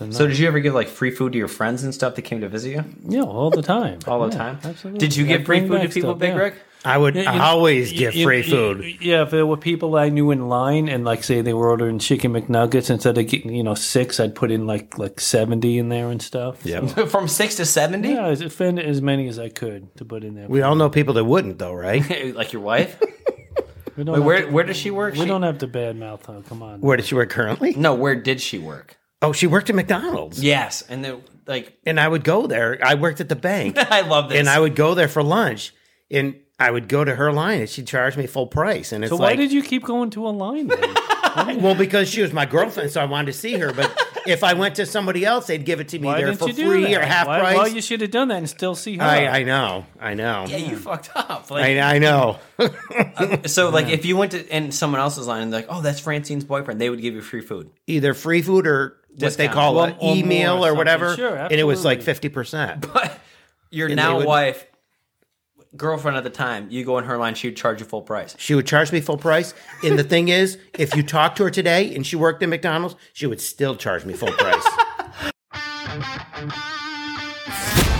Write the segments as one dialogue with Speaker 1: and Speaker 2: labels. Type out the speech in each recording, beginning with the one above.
Speaker 1: And
Speaker 2: So
Speaker 1: that-
Speaker 2: did you ever give like free food to your friends and stuff that came to visit you
Speaker 1: yeah, all the time.
Speaker 2: all the
Speaker 1: Yeah,
Speaker 2: time?
Speaker 1: Absolutely.
Speaker 2: Did you
Speaker 1: I'd
Speaker 2: give free
Speaker 1: bring
Speaker 2: food to
Speaker 1: back
Speaker 2: people,
Speaker 1: stuff,
Speaker 2: Big
Speaker 1: yeah.
Speaker 2: Rick?
Speaker 3: I would
Speaker 1: Yeah, you-
Speaker 3: always
Speaker 1: you-
Speaker 3: give
Speaker 1: you-
Speaker 3: free
Speaker 1: you-
Speaker 3: food.
Speaker 1: Yeah, if there were people I knew in line, and like say they were ordering chicken McNuggets instead of getting you know six, I'd put in like like seventy in there and stuff.
Speaker 3: Yep.
Speaker 1: So,
Speaker 2: From six to seventy?
Speaker 1: yeah, I offend as many as I could to put in there.
Speaker 3: We all know people that wouldn't, though, right?
Speaker 2: like your wife?
Speaker 1: We don't
Speaker 2: Wait,
Speaker 1: have
Speaker 2: where
Speaker 1: to-
Speaker 2: where does she work?
Speaker 1: we
Speaker 2: She-
Speaker 1: don't have to badmouth her. Come on.
Speaker 3: Where does she work currently?
Speaker 2: No, where did she work?
Speaker 3: Oh, she worked at McDonald's.
Speaker 2: Yes, and the like.
Speaker 3: And I would go there. I worked at the bank.
Speaker 2: I love this.
Speaker 3: and I would go there for lunch. And I would go to her line and she'd charge me full price. And it's
Speaker 1: so why
Speaker 3: like,
Speaker 1: did you keep going to a line? Then?
Speaker 3: well, because she was my girlfriend, so I wanted to see her. But if I went to somebody else, they'd give it to me
Speaker 1: Why
Speaker 3: there
Speaker 1: didn't
Speaker 3: for
Speaker 1: you do
Speaker 3: free
Speaker 1: that?
Speaker 3: or half
Speaker 1: Why-
Speaker 3: price.
Speaker 1: Well, you should have done that and still see her.
Speaker 3: I, I know. I know.
Speaker 2: yeah, you fucked up.
Speaker 3: I,
Speaker 2: Like,
Speaker 3: I know.
Speaker 2: so, like, if you went to and someone else's line and like, oh, that's Francine's boyfriend, they would give you free food.
Speaker 3: Either free food or what they
Speaker 2: Discount.
Speaker 3: call
Speaker 1: Well,
Speaker 3: an
Speaker 1: or more or
Speaker 3: email or,
Speaker 1: something.
Speaker 3: whatever.
Speaker 1: Sure,
Speaker 3: and it was like
Speaker 1: absolutely.
Speaker 3: 50%.
Speaker 2: But your
Speaker 3: And they
Speaker 2: now
Speaker 3: would-
Speaker 2: wife, girlfriend at the time, you go in her line, she would charge you full price.
Speaker 3: She would charge me full price. And the thing is, if you talked to her today and she worked at McDonald's, she would still charge me full price.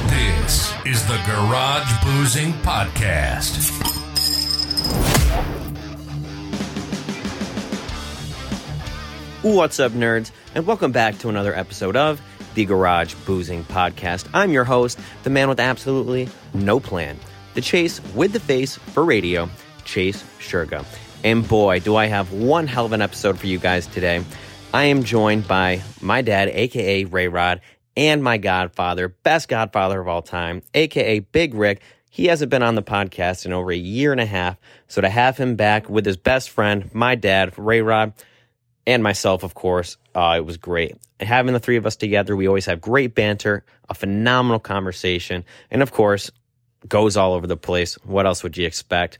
Speaker 4: This is the Garage Boozing Podcast.
Speaker 5: What's up, nerds? And welcome back to another episode of the Garage Boozing Podcast. I'm your host, the man with absolutely no plan, the chase with the face for radio, Chase Sherga. And boy, do I have one hell of an episode for you guys today. I am joined by my dad, aka Ray Rod, and my godfather, best godfather of all time, aka Big Rick. He hasn't been on the podcast in over a year and a half, so to have him back with his best friend, my dad, Ray Rod, and myself, of course. Uh, it was great. And having the three of us together, we always have great banter, a phenomenal conversation, and of course, goes all over the place. What else would you expect?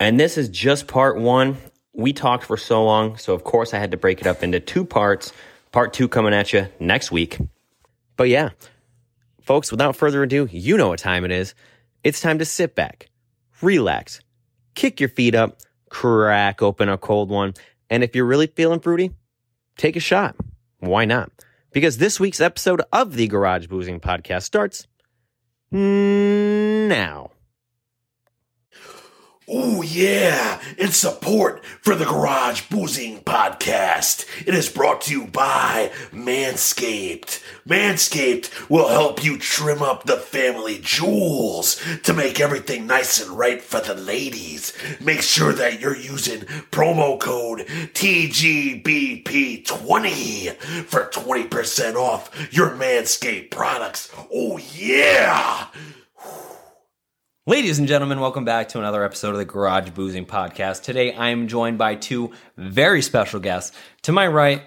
Speaker 5: And this is just part one. We talked for so long, so of course, I had to break it up into two parts. Part two coming at you next week. But yeah, folks, without further ado, you know what time it is. It's time to sit back, relax, kick your feet up, crack open a cold one. And if you're really feeling fruity, take a shot. Why not? Because this week's episode of the Garage Boozing Podcast starts now.
Speaker 4: Oh, yeah. It's support for the Garage Boozing Podcast. It is brought to you by Manscaped. Manscaped will help you trim up the family jewels to make everything nice and right for the ladies. Make sure that you're using promo code TGBP20 for 20% off your Manscaped products. Oh, yeah.
Speaker 2: Ladies and gentlemen, welcome back to another episode of the Garage Boozing Podcast. Today I am joined by two very special guests. To my right,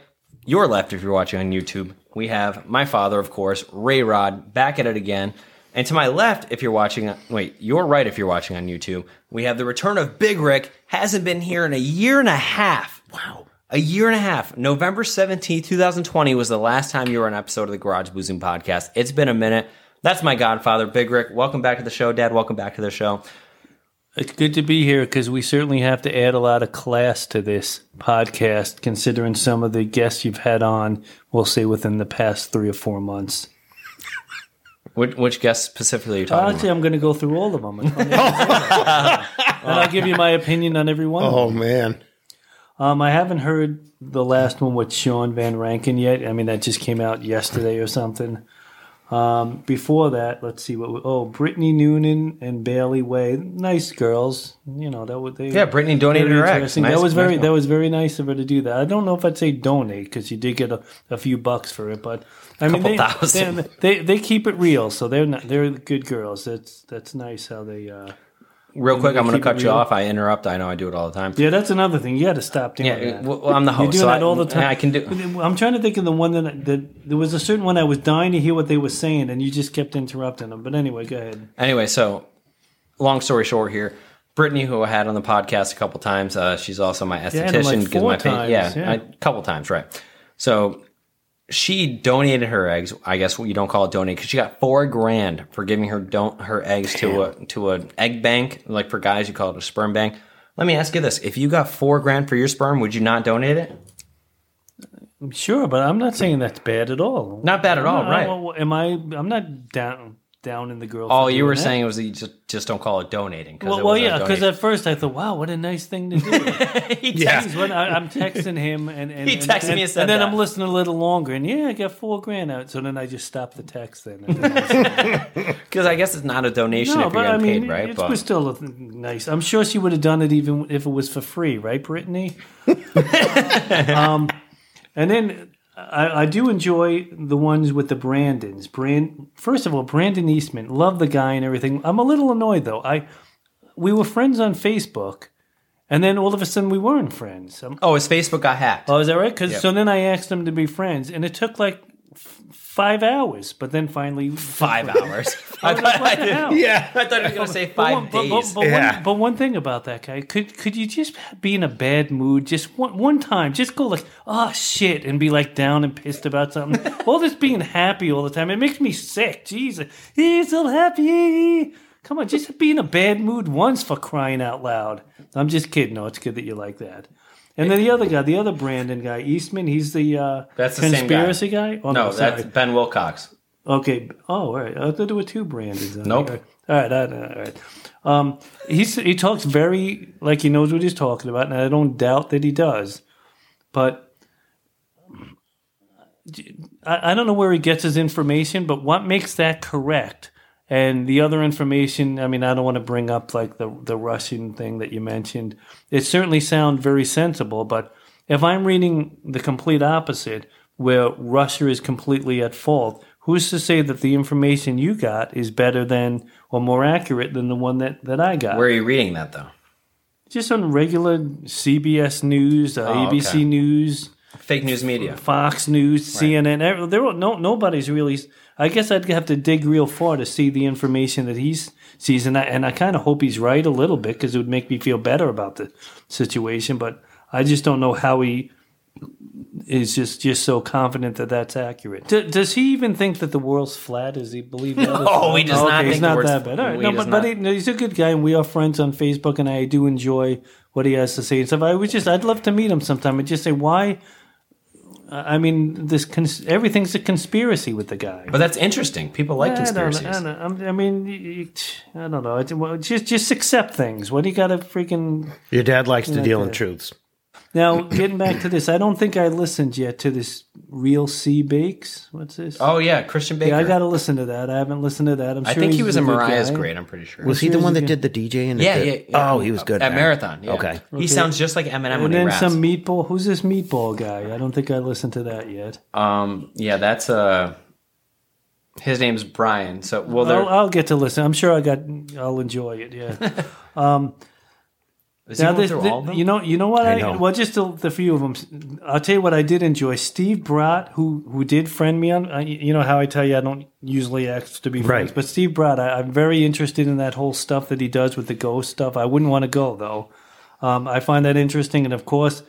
Speaker 2: your left, if you're watching on YouTube, we have my father, of course, Ray Rod, back at it again. And to my left, if you're watching, wait, your right, if you're watching on YouTube, we have the return of Big Rick. Hasn't been here in a year and a half. Wow. A year and a half. November 17th, 2020 was the last time you were on an episode of the Garage Boozing Podcast. It's been a minute. That's my godfather, Big Rick. Welcome back to the show, Dad. Welcome back to the show.
Speaker 1: It's good to be here because we certainly have to add a lot of class to this podcast, considering some of the guests you've had on, we'll say within the past three or four months.
Speaker 2: Which, which guest specifically are you talking
Speaker 1: Actually, I'm going to go through all of them. and I'll give you my opinion on every one. of them.
Speaker 3: Oh, man.
Speaker 1: Um, I haven't heard the last one with Sean Van Rankin yet. I mean, that just came out yesterday or something. Um, before that, let's see what. Oh, Brittany Noonan and Bailey Way, nice girls. You know that would they.
Speaker 2: Yeah, Brittany donated
Speaker 1: very
Speaker 2: her eggs.
Speaker 1: interesting.
Speaker 2: Nice-
Speaker 1: that was
Speaker 2: nice
Speaker 1: very
Speaker 2: one.
Speaker 1: that was very nice of her to do that. I don't know if I'd say donate because you did get a, a few bucks for it, but I mean
Speaker 2: Couple
Speaker 1: they,
Speaker 2: thousand.
Speaker 1: They, they they keep it real, so they're not they're good girls. That's that's nice how they. Uh,
Speaker 2: about? Real quick, I'm going to
Speaker 1: keep it
Speaker 2: cut you
Speaker 1: real.
Speaker 2: off. I interrupt. I know I do it all the time.
Speaker 1: yeah, that's another thing. You got to stop doing
Speaker 2: Yeah,
Speaker 1: that.
Speaker 2: well, I'm the host.
Speaker 1: You're doing
Speaker 2: so
Speaker 1: that
Speaker 2: I-
Speaker 1: all the time.
Speaker 2: I can do.
Speaker 1: I'm trying to think of the one that, that there was a certain one I was dying to hear what they were saying, and you just kept interrupting them. But anyway, go ahead.
Speaker 2: Anyway, so long story short here, Brittany, who I had on the podcast a couple times, uh, she's also my
Speaker 1: had
Speaker 2: esthetician.
Speaker 1: him, like,
Speaker 2: gives
Speaker 1: four
Speaker 2: my opinion-
Speaker 1: times,
Speaker 2: yeah,
Speaker 1: yeah.
Speaker 2: a couple times, right? So she donated her eggs. I guess you don't call it donate because she got four grand for giving her don't her eggs to a to an egg bank. Like for guys, you call it a sperm bank. Let me ask you this: If you got four grand for your sperm, would you not donate it?
Speaker 1: Sure, but I'm not saying that's bad at all.
Speaker 2: Not bad at all, Oh,
Speaker 1: No,
Speaker 2: right?
Speaker 1: well, Am I? I'm not down down in the girl.
Speaker 2: All
Speaker 1: for
Speaker 2: you
Speaker 1: doing
Speaker 2: were
Speaker 1: that.
Speaker 2: saying was that you just, just don't call it donating. 'cause
Speaker 1: Well,
Speaker 2: it
Speaker 1: well
Speaker 2: was a
Speaker 1: yeah, because
Speaker 2: donation.
Speaker 1: at first I thought, wow, what a nice thing to do. He's when I, I'm texting him, and, and
Speaker 2: He
Speaker 1: and-
Speaker 2: texted me
Speaker 1: and,
Speaker 2: and said
Speaker 1: and then
Speaker 2: that.
Speaker 1: I'm listening a little longer, and yeah, I got four grand out. So then I just stopped the text. Then
Speaker 2: because I guess it's not a donation
Speaker 1: no,
Speaker 2: if you're
Speaker 1: but I
Speaker 2: getting
Speaker 1: mean,
Speaker 2: paid, right?
Speaker 1: it
Speaker 2: But
Speaker 1: was still a th- nice. I'm sure she would have done it even if it was for free, right, Brittany? um, and then I, I do enjoy the ones with the Brandons. Brand, first of all, Brandon Eastman, love the guy and everything. I'm a little annoyed though. I we were friends on Facebook, and then all of a sudden we weren't friends. I'm,
Speaker 2: oh, his Facebook got hacked.
Speaker 1: Oh, is that right? 'Cause- so then I asked them to be friends, and it took like f- five hours. But then finally,
Speaker 2: five hours. I
Speaker 1: I was like,
Speaker 2: thought, I,
Speaker 1: what the
Speaker 2: did,
Speaker 1: hell?
Speaker 3: Yeah.
Speaker 2: I thought he was going to say five
Speaker 1: but one, But,
Speaker 2: days.
Speaker 1: but, but
Speaker 3: Yeah.
Speaker 1: one, but one thing about that guy, could could you just be in a bad mood just one one time? Just go like, oh shit, and be like down and pissed about something. all this being happy all the time, it makes me sick. Jesus, he's so happy. Come on, just be in a bad mood once for crying out loud. I'm just kidding. No, it's good that you like that. And then the other guy, the other Brandon guy, Eastman, he's the uh,
Speaker 2: That's the same guy.
Speaker 1: conspiracy guy. Oh,
Speaker 2: no,
Speaker 1: sorry.
Speaker 2: that's Ben Wilcox.
Speaker 1: Okay. Oh, all right. I thought there were two Brandons. on
Speaker 2: Nope.
Speaker 1: there. All right. All right. All right. Um, he's, he talks very like he knows what he's talking about, and I don't doubt that he does. But I, I don't know where he gets his information, but what makes that correct? And the other information, I mean, I don't want to bring up like the the Russian thing that you mentioned. It certainly sounds very sensible, but if I'm reading the complete opposite, where Russia is completely at fault, who's to say that the information you got is better than or more accurate than the one that, that I got?
Speaker 2: Where are you reading that though?
Speaker 1: Just on regular CBS News, uh, ABC
Speaker 2: Oh, okay.
Speaker 1: News.
Speaker 2: Fake news media.
Speaker 1: Fox News, CNN. ev- There were no nobody's really. I guess I'd have to dig real far to see the information that he sees, and I and I kind of hope he's right a little bit because it would make me feel better about the situation. But I just don't know how he is just just so confident that that's accurate. D- does he even think that the world's flat? Does he believe that?
Speaker 2: No, he does Oh, not
Speaker 1: Oh, He's
Speaker 2: think the
Speaker 1: not
Speaker 2: world's
Speaker 1: that bad. All right.
Speaker 2: flat.
Speaker 1: No,
Speaker 2: He
Speaker 1: but,
Speaker 2: does
Speaker 1: but
Speaker 2: not.
Speaker 1: he, no, he's a good guy, and we are friends on Facebook, and I do enjoy what he has to say and stuff. I would just I'd love to meet him sometime and just say why. I mean, this cons- everything's a conspiracy with the guy.
Speaker 2: But that's interesting. People like conspiracies.
Speaker 1: I don't, know, I, don't know. I'm- I mean, y- y- I don't know. It's- well, Just just accept things. What do you got to freaking?
Speaker 3: Your dad likes to deal in truths.
Speaker 1: Now, getting back to this, I don't think I listened yet to this real C bakes. What's this?
Speaker 2: Oh yeah, Christian Baker.
Speaker 1: yeah, I
Speaker 2: I,
Speaker 1: got to listen to that. I haven't listened to that. I'm sure
Speaker 2: think he
Speaker 1: he's
Speaker 2: was in
Speaker 1: good
Speaker 2: Mariah's
Speaker 1: guy.
Speaker 2: grade. I'm pretty sure.
Speaker 3: Was he the one that did the DJ? And the
Speaker 2: yeah,
Speaker 3: the-
Speaker 2: yeah, yeah.
Speaker 3: Oh, he was good
Speaker 2: at
Speaker 3: that.
Speaker 2: marathon. yeah.
Speaker 3: Okay.
Speaker 2: he sounds just like Eminem when
Speaker 1: And
Speaker 2: he
Speaker 1: then
Speaker 2: raps.
Speaker 1: some meatball. Who's this meatball guy? I don't think I listened to that yet.
Speaker 2: um, yeah, that's uh, his name's Brian. So well, there
Speaker 1: I'll, I'll get to listen. I'm sure I got. I'll enjoy it. Yeah.
Speaker 2: is he
Speaker 1: Now,
Speaker 2: going
Speaker 1: this,
Speaker 2: through
Speaker 1: thi-
Speaker 2: all of them?
Speaker 1: you know, you know what? I,
Speaker 3: know.
Speaker 1: well, just the, the few of them. I'll tell you what I did enjoy. Steve Brott, who who did friend me on, uh, you you know how I tell you I don't usually ask to be friends,
Speaker 3: Right.
Speaker 1: but Steve Brott, I, I'm very interested in that whole stuff that he does with the ghost stuff. I wouldn't want to go though. Um, I find that interesting, and of course,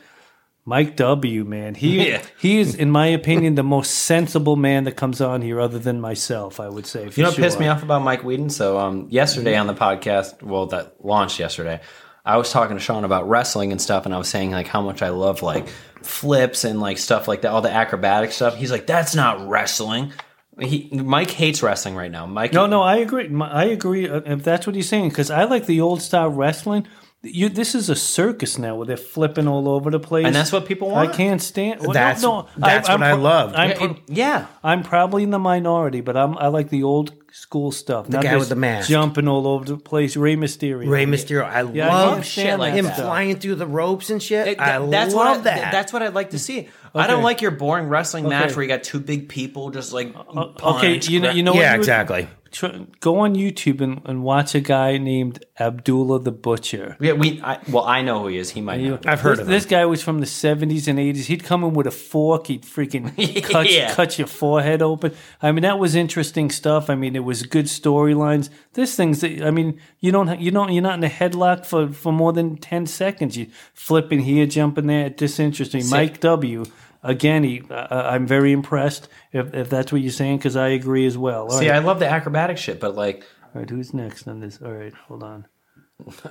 Speaker 1: Mike W. Man, he
Speaker 2: Yeah.
Speaker 1: he is, in my opinion, the most sensible man that comes on here, other than myself. I would say. for
Speaker 2: You know what pissed
Speaker 1: sure. Mm-hmm.
Speaker 2: me off about Mike Whedon? So um, yesterday on the podcast, well, that launched yesterday, I was talking to Sean about wrestling and stuff, and I was saying like how much I love like flips and like stuff like that, all the acrobatic stuff. He's like, that's not wrestling. He, Mike hates wrestling right now. Mike,
Speaker 1: No, no, I agree. My- I agree uh, if that's what he's saying because I like the old style wrestling. You, this is a circus now where they're flipping all over the place,
Speaker 2: And that's what people want.
Speaker 1: I can't stand. well,
Speaker 3: That's-
Speaker 1: no, no,
Speaker 3: that's what I loved.
Speaker 1: I'm,
Speaker 2: Yeah,
Speaker 1: pro-
Speaker 2: it- yeah.
Speaker 1: I'm probably in the minority, but I'm I like the old school stuff. The
Speaker 3: guy with the mask.
Speaker 1: jumping all over the place. Ray Mysterio.
Speaker 3: Ray Mysterio. I
Speaker 1: I
Speaker 3: love
Speaker 1: can't
Speaker 2: shit
Speaker 1: stand
Speaker 2: like
Speaker 1: that
Speaker 3: him
Speaker 1: stuff.
Speaker 3: flying through the ropes and shit.
Speaker 2: It-
Speaker 3: I
Speaker 2: that- that's
Speaker 3: love
Speaker 2: what I,
Speaker 3: that.
Speaker 2: That's what I'd like to see. I don't
Speaker 1: Okay.
Speaker 2: like your boring wrestling match
Speaker 1: Okay. Uh,
Speaker 2: where you got two big people just like
Speaker 1: Okay,
Speaker 2: punch,
Speaker 1: you know,
Speaker 2: gra-
Speaker 1: you know, what
Speaker 3: yeah,
Speaker 1: you would-
Speaker 3: exactly.
Speaker 1: tr- go on YouTube and, and watch a guy named Abdullah the Butcher.
Speaker 2: Yeah, we. I, well, I know who he is. He might. know.
Speaker 3: I've heard
Speaker 1: this,
Speaker 3: of
Speaker 1: this guy was from the seventies and eighties. He'd come in with a fork. He'd freaking cut,
Speaker 2: Yeah.
Speaker 1: cut your forehead open. I mean, that was interesting stuff. I mean, it was good storylines. This thing's. I mean, you don't. ha- You don't. You're not in a headlock for for more than ten seconds. You flipping here, jumping there. Disinteresting. Mike W. Again, he, uh, I'm very impressed if, if that's what you're saying because I agree as well. All right.
Speaker 2: See, I love the acrobatic shit, but like
Speaker 1: All right, who's next on this? All right, hold on.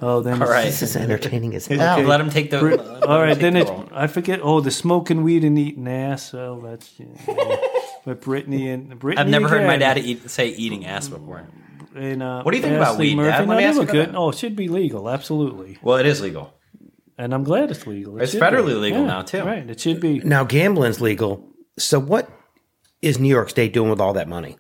Speaker 1: Oh, then
Speaker 2: All right.
Speaker 3: This is entertaining as
Speaker 1: okay.
Speaker 3: hell.
Speaker 2: Let him take the.
Speaker 1: Brit-
Speaker 2: let him
Speaker 1: all right,
Speaker 2: take
Speaker 1: then
Speaker 2: the
Speaker 1: it's
Speaker 2: role.
Speaker 1: I forget. Oh, the smoking weed and eating ass. Oh, that's yeah. but Brittany and Brittany.
Speaker 2: I've never heard my
Speaker 1: again,
Speaker 2: dad eat, say eating ass before.
Speaker 1: And, uh,
Speaker 2: What do you think about
Speaker 1: Ashley
Speaker 2: weed,
Speaker 1: Murphy.
Speaker 2: Dad? Let
Speaker 1: No,
Speaker 2: me
Speaker 1: they
Speaker 2: ask
Speaker 1: were
Speaker 2: you about
Speaker 1: good.
Speaker 2: that.
Speaker 1: Oh, it should be legal, absolutely.
Speaker 2: Well, it is legal.
Speaker 1: And I'm glad it's legal. It
Speaker 2: It's
Speaker 1: should be.
Speaker 2: federally legal
Speaker 1: Yeah,
Speaker 2: now, too.
Speaker 1: Right, it should be.
Speaker 3: Now gambling's legal. So what is New York State doing with all that money?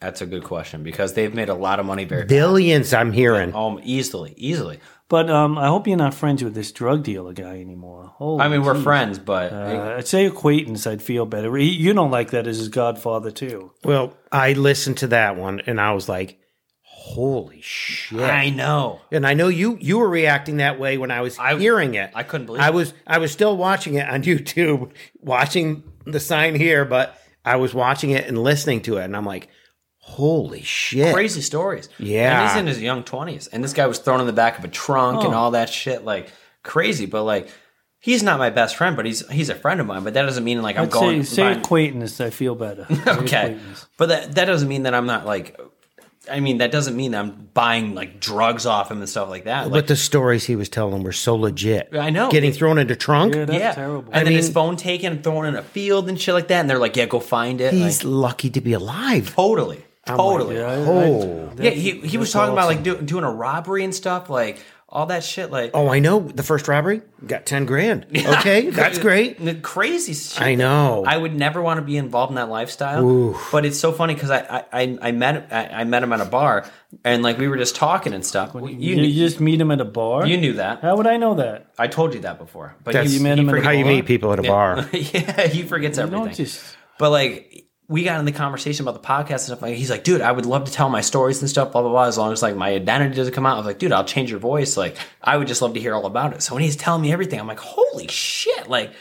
Speaker 2: That's a good question because they've made a lot of money very
Speaker 3: Billions, I'm hearing.
Speaker 2: um, easily, easily.
Speaker 1: But um, I hope you're not friends with this drug dealer guy anymore. Holy
Speaker 2: I mean, we're
Speaker 1: geez.
Speaker 2: friends, but
Speaker 1: Uh, I'd say acquaintance. I'd feel better. He, you don't like that as his godfather too.
Speaker 3: Well, I listened to that one and I was like, holy shit.
Speaker 2: I know.
Speaker 3: and I know you you were reacting that way when I was
Speaker 2: I-
Speaker 3: hearing it.
Speaker 2: I couldn't believe
Speaker 3: I
Speaker 2: it.
Speaker 3: was I was still watching it on YouTube, watching the sign here, but I was watching it and listening to it, and I'm like, holy shit!
Speaker 2: Crazy stories.
Speaker 3: Yeah.
Speaker 2: And he's in his young 20s. And this guy was thrown in the back of a trunk and all that shit. Like, crazy. But, like, he's not my best friend, but he's he's a friend of mine. But that doesn't mean, like, I'm
Speaker 1: I'd say,
Speaker 2: going.
Speaker 1: say
Speaker 2: buying-
Speaker 1: acquaintance. I feel better. Say
Speaker 2: okay.
Speaker 1: acquaintance.
Speaker 2: But that, that doesn't mean that I'm not, like, I mean, that doesn't mean I'm buying, like, drugs off him and stuff like that. Like,
Speaker 3: but the stories he was telling were so legit.
Speaker 2: I know.
Speaker 3: getting thrown into trunk.
Speaker 1: Yeah, that's
Speaker 2: yeah.
Speaker 1: terrible.
Speaker 2: And
Speaker 1: I
Speaker 2: then his
Speaker 3: mean-
Speaker 2: phone taken and thrown in a field and shit like that. And they're like, yeah, go find it. Like,
Speaker 3: He's lucky to be alive.
Speaker 2: totally. Totally.
Speaker 1: Yeah, I-
Speaker 3: Oh.
Speaker 1: I-
Speaker 2: Yeah, he, he was talking about like do, doing a robbery and stuff, like all that shit, like
Speaker 3: Oh, I know. The first robbery got ten grand. Okay, that's great.
Speaker 2: n- crazy shit.
Speaker 3: I know.
Speaker 2: I would never want to be involved in that lifestyle. But it's so funny because I, I, I, I met I, I met him at a bar and like we were just talking and stuff. You
Speaker 1: You,
Speaker 2: knew,
Speaker 1: just meet him at a bar.
Speaker 2: you knew that.
Speaker 1: How would I know that?
Speaker 2: I told you that before. But
Speaker 3: That's-
Speaker 2: he-
Speaker 3: You met
Speaker 2: he
Speaker 1: him in-
Speaker 2: forgets
Speaker 3: How you
Speaker 2: a lot.
Speaker 3: meet people at a bar?
Speaker 2: yeah, he forgets
Speaker 1: You
Speaker 2: everything.
Speaker 1: don't just.
Speaker 2: But like we got in the conversation about the podcast and stuff. Like he's like, dude, I would love to tell my stories and stuff, blah blah blah. As long as like my identity doesn't come out, I was like, dude, I'll change your voice. Like I would just love to hear all about it. So when he's telling me everything, I'm like, holy shit! Like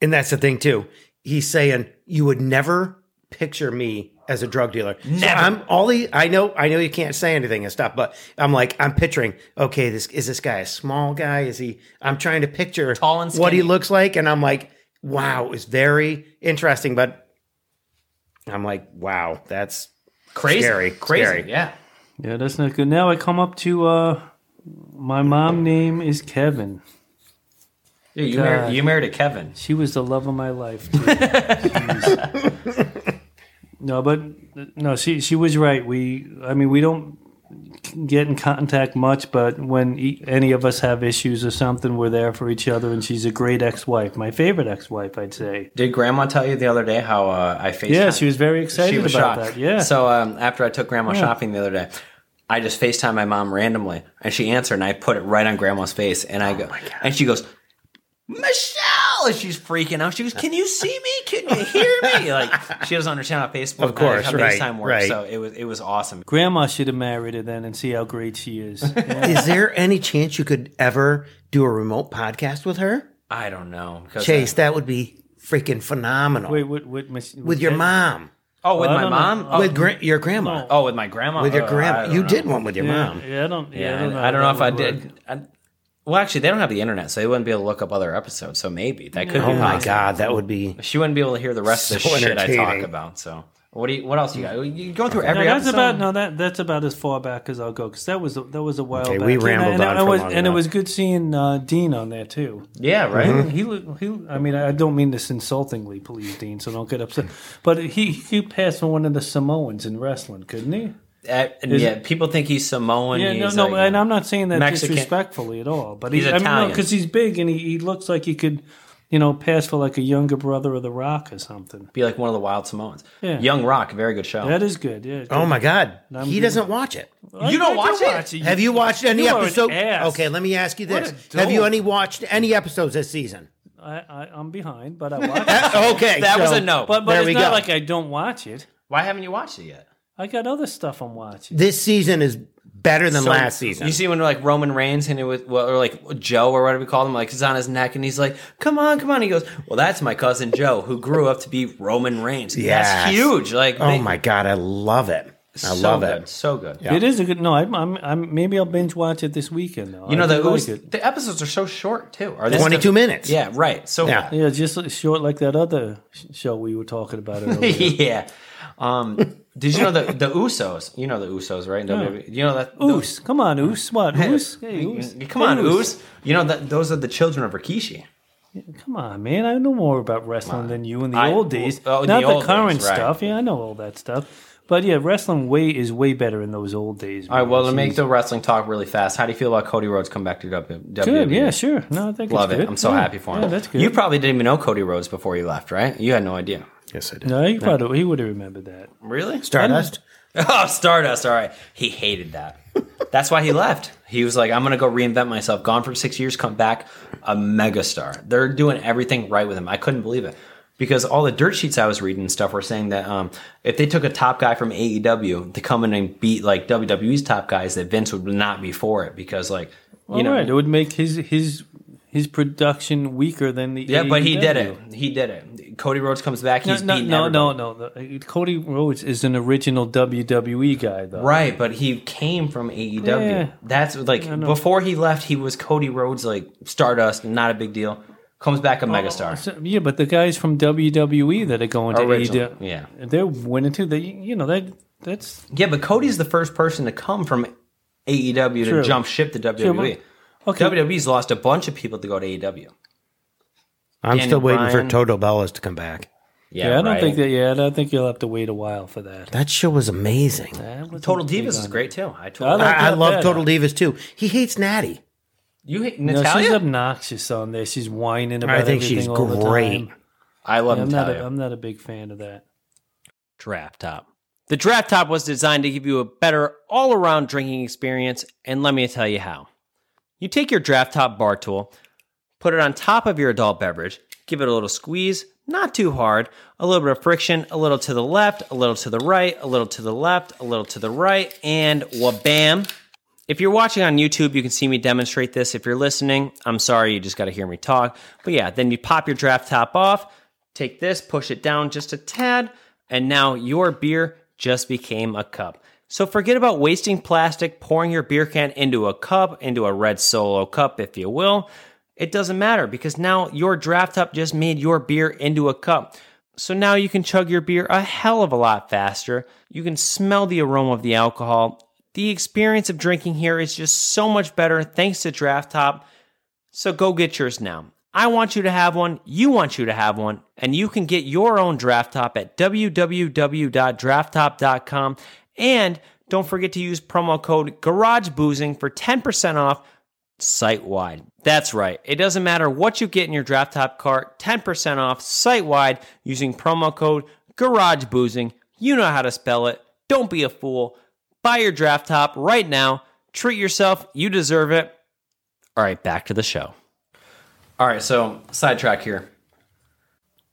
Speaker 3: And that's the thing too. He's saying you would never picture me as a drug dealer. So
Speaker 2: Never.
Speaker 3: I'm all he, I know. I know you can't say anything and stuff, but I'm like I'm picturing. Okay, this is this guy a small guy? Is he? I'm trying to picture
Speaker 2: Tall and
Speaker 3: what he
Speaker 2: skinny.
Speaker 3: looks like, and I'm like, wow, it's very interesting. But I'm like, wow, that's
Speaker 2: crazy,
Speaker 3: Scary,
Speaker 2: crazy,
Speaker 3: scary.
Speaker 2: yeah.
Speaker 1: Yeah, that's not good. Now I come up to. uh My mom name is Kevin.
Speaker 2: Dude, you, married,
Speaker 1: God.
Speaker 2: you married a Kevin.
Speaker 1: She was the love of my life. too. Jeez. no, but no, she she was right. We, I mean, we don't get in contact much, but when e- any of us have issues or something, we're there for each other. And she's a great ex-wife, my favorite ex-wife, I'd say.
Speaker 2: Did Grandma tell you the other day how uh, I FaceTimed?
Speaker 1: Yeah, she was very excited
Speaker 2: she was
Speaker 1: about
Speaker 2: shocked.
Speaker 1: that. Yeah.
Speaker 2: So um, after I took Grandma shopping the other day, I just FaceTime my mom randomly, and she answered, and I put it right on Grandma's face, and I go, and she goes, Michelle, and she's freaking out. She goes, "Can you see me? Can you hear me?" Like she doesn't understand how Facebook,
Speaker 3: Of course,
Speaker 2: how
Speaker 3: right,
Speaker 2: FaceTime works.
Speaker 3: right.
Speaker 2: So it was it was awesome.
Speaker 1: Grandma should have married her then and see how great she is.
Speaker 3: is there any chance you could ever do a remote podcast with her,
Speaker 2: I don't know because
Speaker 3: Chase? That would be freaking phenomenal
Speaker 1: Wait, what? what, mis-
Speaker 3: with your mom.
Speaker 2: oh, with
Speaker 1: I
Speaker 2: my
Speaker 1: don't know.
Speaker 2: mom, oh,
Speaker 3: with gra- your grandma.
Speaker 2: oh, with my grandma,
Speaker 3: with your
Speaker 2: Oh, I
Speaker 3: grandma.
Speaker 2: don't
Speaker 3: You
Speaker 2: know.
Speaker 3: did one with your mom.
Speaker 1: Yeah, I don't. Yeah,
Speaker 2: Yeah,
Speaker 1: I don't know,
Speaker 2: I don't know
Speaker 1: how
Speaker 2: if I
Speaker 1: that would work.
Speaker 2: did. I, well, actually, they don't have the internet, so they wouldn't be able to look up other episodes. So maybe that could
Speaker 3: Oh
Speaker 2: be.
Speaker 3: my
Speaker 2: possible.
Speaker 3: god, that would be.
Speaker 2: She wouldn't be able to hear the rest of the
Speaker 3: So
Speaker 2: shit I talk
Speaker 3: entertaining.
Speaker 2: about. So what do you? What else you got? You go through
Speaker 1: No,
Speaker 2: every
Speaker 1: that's
Speaker 2: episode.
Speaker 1: about no. That that's about as far back as I'll go because that was a, that was a while.
Speaker 3: Okay,
Speaker 1: back.
Speaker 3: we
Speaker 1: And I-
Speaker 3: rambled
Speaker 1: and, I-
Speaker 3: on
Speaker 1: I
Speaker 3: for
Speaker 1: was-
Speaker 3: long Hmm?
Speaker 1: and it
Speaker 3: enough.
Speaker 1: was good seeing uh, Dean on there too.
Speaker 2: yeah, right.
Speaker 3: Mm-hmm.
Speaker 1: He lo- he. I mean, I don't mean this insultingly, please, Dean. So don't get upset. But he he passed for one of the Samoans in wrestling, couldn't he?
Speaker 2: Uh, and yeah, people think he's Samoan.
Speaker 1: Yeah, no,
Speaker 2: he's
Speaker 1: no.
Speaker 2: like-
Speaker 1: and I'm not saying that
Speaker 2: Mexican-
Speaker 1: disrespectfully at all. But
Speaker 2: He's
Speaker 1: he, I mean, no,
Speaker 2: Italian.
Speaker 1: because he's big and he, he looks like he could, you know, pass for like a younger brother of The Rock or something.
Speaker 2: be like one of the wild Samoans.
Speaker 1: Yeah.
Speaker 2: Young Rock, very good show.
Speaker 1: That is good. Yeah.
Speaker 3: Oh my god,
Speaker 1: I'm
Speaker 3: he
Speaker 1: good.
Speaker 3: doesn't watch it.
Speaker 2: you don't
Speaker 1: I do
Speaker 2: watch it?
Speaker 3: Have you watched any
Speaker 1: You are an
Speaker 3: episode?
Speaker 1: ass.
Speaker 3: Okay, let me ask you this:
Speaker 1: a
Speaker 3: Have you
Speaker 1: dope.
Speaker 3: any watched any episodes this season?
Speaker 1: I, I I'm behind, but I watch. it.
Speaker 3: Okay,
Speaker 2: that was
Speaker 3: so
Speaker 2: a no.
Speaker 1: But but
Speaker 3: There
Speaker 1: it's
Speaker 3: we
Speaker 1: not
Speaker 3: go.
Speaker 1: like I don't watch it.
Speaker 2: Why haven't you watched it yet?
Speaker 1: I got other stuff I'm watching.
Speaker 3: This season is better than
Speaker 2: So,
Speaker 3: last season.
Speaker 2: You see when like Roman Reigns and it was well, or like Joe or whatever we call him, like he's on his neck and he's like, "Come on, come on." He goes, "Well, that's my cousin Joe who grew up to be Roman Reigns."
Speaker 3: Yes.
Speaker 2: that's huge. Like,
Speaker 3: oh my god, I love it. I
Speaker 2: so
Speaker 3: love
Speaker 2: good,
Speaker 3: it.
Speaker 2: So good.
Speaker 1: It is a good. No, I'm, I'm, I'm. Maybe I'll binge watch it this weekend though.
Speaker 2: You know
Speaker 1: I
Speaker 2: the
Speaker 1: do
Speaker 2: Uzi-
Speaker 1: like it.
Speaker 2: the episodes are so short too. Are they
Speaker 3: 22
Speaker 2: still-
Speaker 3: minutes.
Speaker 2: Yeah, right. So
Speaker 3: Yeah.
Speaker 1: Yeah, just like- short like that other sh- show we were talking about earlier.
Speaker 2: yeah. Um, Did you know the the Usos? You know the Usos, right? WWE. You know that
Speaker 1: Oos, come on, Oos. What? Oos? Hey, Oos.
Speaker 2: Those, come on,
Speaker 1: Hey, Oos.
Speaker 2: Us. You know that those are the children of Rikishi.
Speaker 1: Come on, man. I know more about wrestling than you in the
Speaker 2: I-
Speaker 1: old days.
Speaker 2: oh, in
Speaker 1: Not
Speaker 2: the
Speaker 1: the,
Speaker 2: old
Speaker 1: current
Speaker 2: days, right.
Speaker 1: stuff. Yeah, I know all that stuff. But yeah, wrestling way is way better in those old days.
Speaker 2: All right. Well, to
Speaker 1: man.
Speaker 2: make the wrestling talk really fast, how do you feel about Cody Rhodes come back to WWE?
Speaker 1: good. Yeah, sure. No, I think
Speaker 2: Love
Speaker 1: it's
Speaker 2: it.
Speaker 1: good.
Speaker 2: I'm so
Speaker 1: Yeah.
Speaker 2: happy for him.
Speaker 1: Yeah, that's good.
Speaker 2: You probably didn't even know Cody Rhodes before you left, right? You had no idea.
Speaker 3: Yes, I did.
Speaker 1: no, he probably he would have remembered that.
Speaker 2: Really?
Speaker 3: Stardust.
Speaker 2: Oh, Stardust. All right. He hated that. That's why he left. He was like, I'm going to go reinvent myself. Gone for six years, come back a megastar. They're doing everything right with him. I couldn't believe it. Because all the dirt sheets I was reading and stuff were saying that um, if they took a top guy from AEW to come in and beat like WWE's top guys, that Vince would not be for it because like you
Speaker 1: All
Speaker 2: know
Speaker 1: right, it would make his his his production weaker than the
Speaker 2: yeah, but he did
Speaker 1: AEW.
Speaker 2: it. He did it. Cody Rhodes comes back. He's
Speaker 1: E no,
Speaker 2: beating
Speaker 1: no,
Speaker 2: everybody.
Speaker 1: no, no, no. The- uh, Cody Rhodes is an original WWE guy, though.
Speaker 2: Right, but he came from AEW.
Speaker 1: Yeah.
Speaker 2: That's like before he left, he was Cody Rhodes, like Stardust, not a big deal. Comes back a megastar.
Speaker 1: So- yeah, but the guys from WWE that are going to
Speaker 2: Original,
Speaker 1: AEW,
Speaker 2: yeah.
Speaker 1: they're winning too. They, you know, that that's
Speaker 2: Yeah, but Cody's the first person to come from AEW
Speaker 1: True.
Speaker 2: to jump ship to E. WWE.
Speaker 1: okay.
Speaker 2: WWE's lost a E bunch of people to go to AEW.
Speaker 3: I'm
Speaker 2: Daniel
Speaker 3: still waiting
Speaker 2: Bryan.
Speaker 3: for Toto Bellas to come back.
Speaker 1: yeah, I don't think that. Yeah, I don't think you'll have to wait a while for that.
Speaker 3: That show was amazing.
Speaker 2: Total Divas is great too. I
Speaker 1: I
Speaker 2: told
Speaker 1: like-
Speaker 3: I, I
Speaker 1: that
Speaker 3: love
Speaker 1: bad.
Speaker 3: Total Divas too. He hates Natty.
Speaker 2: you, hate
Speaker 1: No,
Speaker 2: Natalia.
Speaker 1: she's obnoxious on there. She's whining about
Speaker 3: I think she's
Speaker 1: everything all the
Speaker 3: great.
Speaker 1: time.
Speaker 2: I love
Speaker 1: I'm not.
Speaker 2: Natalia.
Speaker 1: A, I'm not a big fan of that.
Speaker 5: Draft Top. The Draft Top was designed to give you a better all around drinking experience, and let me tell you how. You take your Draft Top bar tool, put it on top of your adult beverage, give it a little squeeze, not too hard, a little bit of friction, a little to the left, a little to the right, a little to the left, a little to the right, and wabam. If you're watching on YouTube, you can see me demonstrate this. If you're listening, I'm sorry, you just got to hear me talk. But yeah, then you pop your draft top off, take this, push it down just a tad, and now your beer just became a cup. So forget about wasting plastic, pouring your beer can into a cup, into a red solo cup, if you will. It doesn't matter because now your draft top just made your beer into a cup. So now you can chug your beer a hell of a lot faster. You can smell the aroma of the alcohol. The experience of drinking here is just so much better thanks to Draft Top. So go get yours now. I want you to have one. You want you to have one. And you can get your own Draft Top at www.drafttop.com. And don't forget to use promo code GarageBoozing for 10% off site wide. That's right. It doesn't matter what you get in your draft top cart, 10% off site wide using promo code GarageBoozing. You know how to spell it. Don't be a fool. Buy your draft top right now. Treat yourself. You deserve it. All right, back to the show.
Speaker 2: All right, so sidetrack here.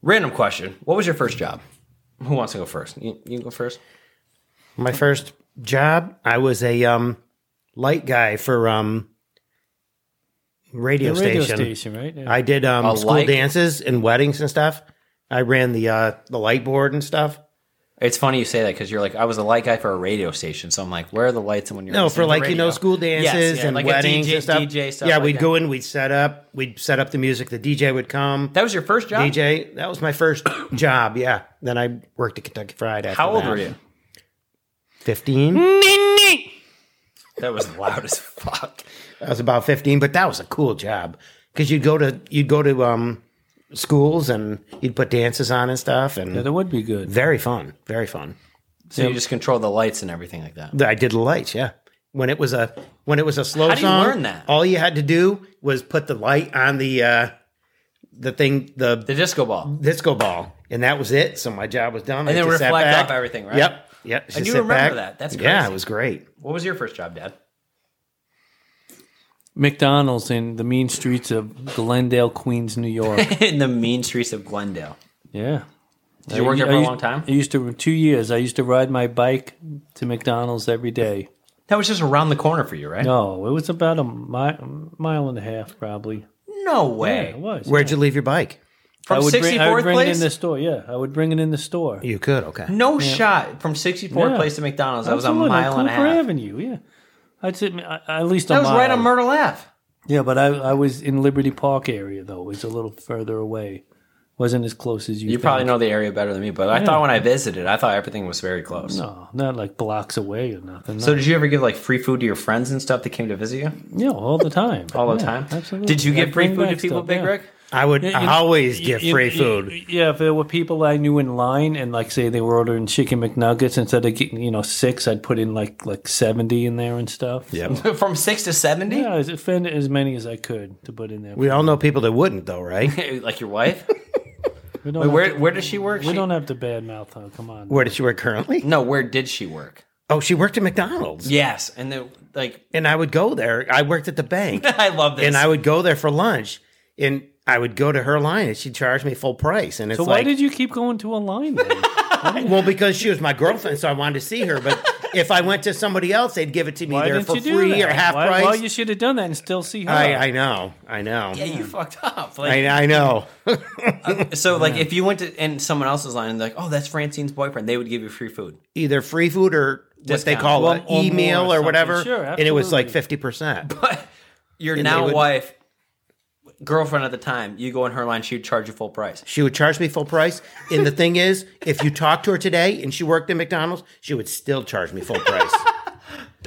Speaker 2: Random question: What was your first job? Who wants to go first? You, you go first.
Speaker 3: My first job, I was a um, light guy for um, radio,
Speaker 1: The radio
Speaker 3: station.
Speaker 1: station, right? Yeah.
Speaker 3: I did um,
Speaker 2: A
Speaker 3: school
Speaker 2: light-
Speaker 3: dances and weddings and stuff. I ran the uh, the light board and stuff.
Speaker 2: It's funny you say that because you're like, I was a light guy for a radio station, so I'm like, where are the lights when you're
Speaker 3: No,
Speaker 2: listening
Speaker 3: for
Speaker 2: to
Speaker 3: like you
Speaker 2: radio?
Speaker 3: know school dances
Speaker 2: Yes, yeah,
Speaker 3: and
Speaker 2: like a
Speaker 3: weddings
Speaker 2: DJ
Speaker 3: and stuff.
Speaker 2: DJ stuff
Speaker 3: yeah,
Speaker 2: like
Speaker 3: we'd
Speaker 2: that.
Speaker 3: go in, we'd set up, we'd set up the music. The DJ would come.
Speaker 2: That was your first job.
Speaker 3: DJ, that was my first job. Yeah, then I worked at Kentucky Fried. After
Speaker 2: How old
Speaker 3: that.
Speaker 2: were you?
Speaker 3: Fifteen.
Speaker 2: That was loud as fuck.
Speaker 3: I was about 15, but that was a cool job because you'd go to you'd go to um, schools and you'd put dances on and stuff, and
Speaker 1: yeah, that would be good.
Speaker 3: very fun, very fun.
Speaker 2: So you just control the lights and everything like that.
Speaker 3: I did the lights, yeah. When it was a when it was a slow
Speaker 2: How do you
Speaker 3: song,
Speaker 2: learn that?
Speaker 3: all you had to do was put the light on the uh, the thing
Speaker 2: The
Speaker 3: the
Speaker 2: disco ball.
Speaker 3: disco ball, and that was it. So my job was done, and
Speaker 2: then reflect off everything, right?
Speaker 3: Yep, yep. just
Speaker 2: you
Speaker 3: sit
Speaker 2: remember
Speaker 3: back.
Speaker 2: that. That's
Speaker 3: yeah,
Speaker 2: crazy.
Speaker 3: it was great.
Speaker 2: What was your first job, Dad?
Speaker 1: McDonald's in the mean streets of Glendale, Queens, New York.
Speaker 2: In the mean streets of Glendale.
Speaker 1: yeah.
Speaker 2: Did you work there for
Speaker 1: I
Speaker 2: a
Speaker 1: used-
Speaker 2: long time?
Speaker 1: I used to two years. I used to ride my bike to McDonald's every day.
Speaker 2: That was just around the corner for you, right?
Speaker 1: No, it was about a mile, mile and a half, probably.
Speaker 2: No way.
Speaker 1: Yeah, it was.
Speaker 3: Where'd you leave your bike?
Speaker 1: I
Speaker 2: From
Speaker 1: would bring, I
Speaker 2: 64th
Speaker 1: would bring it
Speaker 2: place.
Speaker 1: in the store. Yeah, I would bring it in the store.
Speaker 3: You could, okay.
Speaker 2: no shot from 64th
Speaker 1: Yeah.
Speaker 2: place to McDonald's. That was a
Speaker 1: Absolutely, on
Speaker 2: mile and a
Speaker 1: Cooper
Speaker 2: half.
Speaker 1: Avenue. Yeah, I'd say I- at least a
Speaker 2: That was
Speaker 1: mile.
Speaker 2: right on Myrtle Ave.
Speaker 1: Yeah, but I, I was in Liberty Park area though. It's a little further away. wasn't as close as you.
Speaker 2: You
Speaker 1: think.
Speaker 2: probably know the area better than me, but I thought when I visited, I thought everything was very close.
Speaker 1: No, not like blocks away or nothing.
Speaker 2: So did you ever give like free food to your friends and stuff that came to visit you
Speaker 1: yeah, all the time,
Speaker 2: all the
Speaker 1: Yeah,
Speaker 2: time?
Speaker 1: Absolutely.
Speaker 2: Did you
Speaker 1: I
Speaker 2: give free
Speaker 1: bring
Speaker 2: food to
Speaker 1: back
Speaker 2: people,
Speaker 1: stuff,
Speaker 2: Big
Speaker 1: yeah.
Speaker 2: Rick?
Speaker 3: I would
Speaker 1: You-
Speaker 3: always
Speaker 1: you-
Speaker 3: give
Speaker 1: you- you-
Speaker 3: free food.
Speaker 1: Yeah, if there were people I knew in line and like say they were ordering chicken McNuggets instead of getting you know six, I'd put in like like seventy in there and stuff.
Speaker 3: Yep.
Speaker 2: From six to seventy?
Speaker 1: Yeah, I'd offend as many as I could to put in there.
Speaker 3: we all know people that wouldn't, though, right?
Speaker 2: like your wife?
Speaker 1: We don't
Speaker 2: Wait,
Speaker 1: have
Speaker 2: where
Speaker 1: to-
Speaker 2: where does she work?
Speaker 1: we
Speaker 2: She-
Speaker 1: don't have to badmouth her. Come on.
Speaker 3: Where does she work currently?
Speaker 2: No, where did she work?
Speaker 3: Oh, she worked at McDonald's,
Speaker 2: Yes, and then like
Speaker 3: and I would go there. I worked at the bank,
Speaker 2: I love this.
Speaker 3: and I would go there for lunch, and I would go to her line, and she charged me full price. And it's
Speaker 1: so why
Speaker 3: like, "Oh,
Speaker 1: did you keep going to a line? Then?
Speaker 3: well, because she was my girlfriend, so I wanted to see her. But if I went to somebody else, they'd give it to me
Speaker 1: Why
Speaker 3: there
Speaker 1: didn't
Speaker 3: for
Speaker 1: you do
Speaker 3: free
Speaker 1: that?
Speaker 3: or half
Speaker 1: Why-
Speaker 3: price.
Speaker 1: Well, you should have done that and still see her.
Speaker 3: I, I know, I know,
Speaker 2: yeah, you fucked up. Like
Speaker 3: I, I know.
Speaker 2: so, like if you went to and someone else's line and like, oh, that's Francine's boyfriend, they would give you free food.
Speaker 3: Either free food or what they
Speaker 2: Discount.
Speaker 3: call
Speaker 1: Well,
Speaker 3: an
Speaker 1: or more
Speaker 3: email
Speaker 1: or
Speaker 3: or,
Speaker 1: something.
Speaker 3: whatever,
Speaker 1: Sure,
Speaker 3: and it was like
Speaker 1: absolutely.
Speaker 3: fifty percent.
Speaker 2: But your
Speaker 3: they
Speaker 2: now
Speaker 3: would-
Speaker 2: wife, girlfriend at the time, you go in her line, she'd charge you full price.
Speaker 3: She would charge me full price. And the thing is, if you talked to her today and she worked at McDonald's, she would still charge me full price.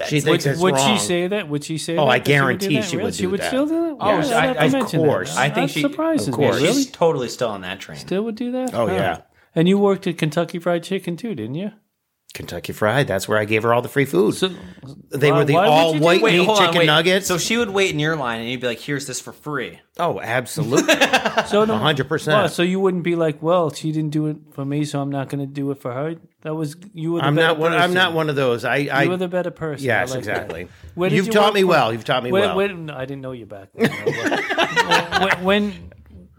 Speaker 3: she thinks
Speaker 1: Would,
Speaker 3: it's
Speaker 1: would
Speaker 3: wrong.
Speaker 1: she say that? Would she say?
Speaker 3: Oh,
Speaker 1: that,
Speaker 3: I
Speaker 1: that she would do
Speaker 3: guarantee
Speaker 1: that?
Speaker 3: she would
Speaker 1: Really? She
Speaker 3: do
Speaker 1: would
Speaker 3: that.
Speaker 1: still do
Speaker 2: Oh,
Speaker 1: that. Wow,
Speaker 2: she-
Speaker 1: I,
Speaker 2: I-
Speaker 1: have to
Speaker 2: of
Speaker 1: mention that.
Speaker 3: course.
Speaker 2: I think
Speaker 1: that
Speaker 2: she
Speaker 1: surprises
Speaker 3: of
Speaker 1: me.
Speaker 3: course.
Speaker 1: Really?
Speaker 2: She's totally still on that train.
Speaker 1: Still would do that?
Speaker 3: Oh,
Speaker 1: Wow.
Speaker 3: yeah.
Speaker 1: And you worked at Kentucky Fried Chicken too, didn't you?
Speaker 3: Kentucky Fried, that's where I gave her all the free food.
Speaker 1: So,
Speaker 3: they
Speaker 1: why-
Speaker 3: were
Speaker 1: why would you
Speaker 3: the
Speaker 1: do-
Speaker 3: all white
Speaker 1: Wait,
Speaker 3: meat
Speaker 2: hold on,
Speaker 3: chicken nuggets.
Speaker 2: So she would wait in your line, and you'd be like, "Here's this for free."
Speaker 3: oh, absolutely.
Speaker 1: so no,
Speaker 3: 100%.
Speaker 1: Well, so you wouldn't be like, well, she didn't do it for me, so I'm not going to do it for her. That was you were. The
Speaker 3: I'm
Speaker 1: better
Speaker 3: not one
Speaker 1: Person.
Speaker 3: I'm not one of those. I, I
Speaker 1: You were the better person. I
Speaker 3: Yes,
Speaker 1: like that.
Speaker 3: exactly.
Speaker 1: Where did
Speaker 3: You've
Speaker 1: you
Speaker 3: taught
Speaker 1: work
Speaker 3: me
Speaker 1: for-
Speaker 3: well. You've taught me
Speaker 1: When,
Speaker 3: well.
Speaker 1: when- I didn't know you back then. when, when,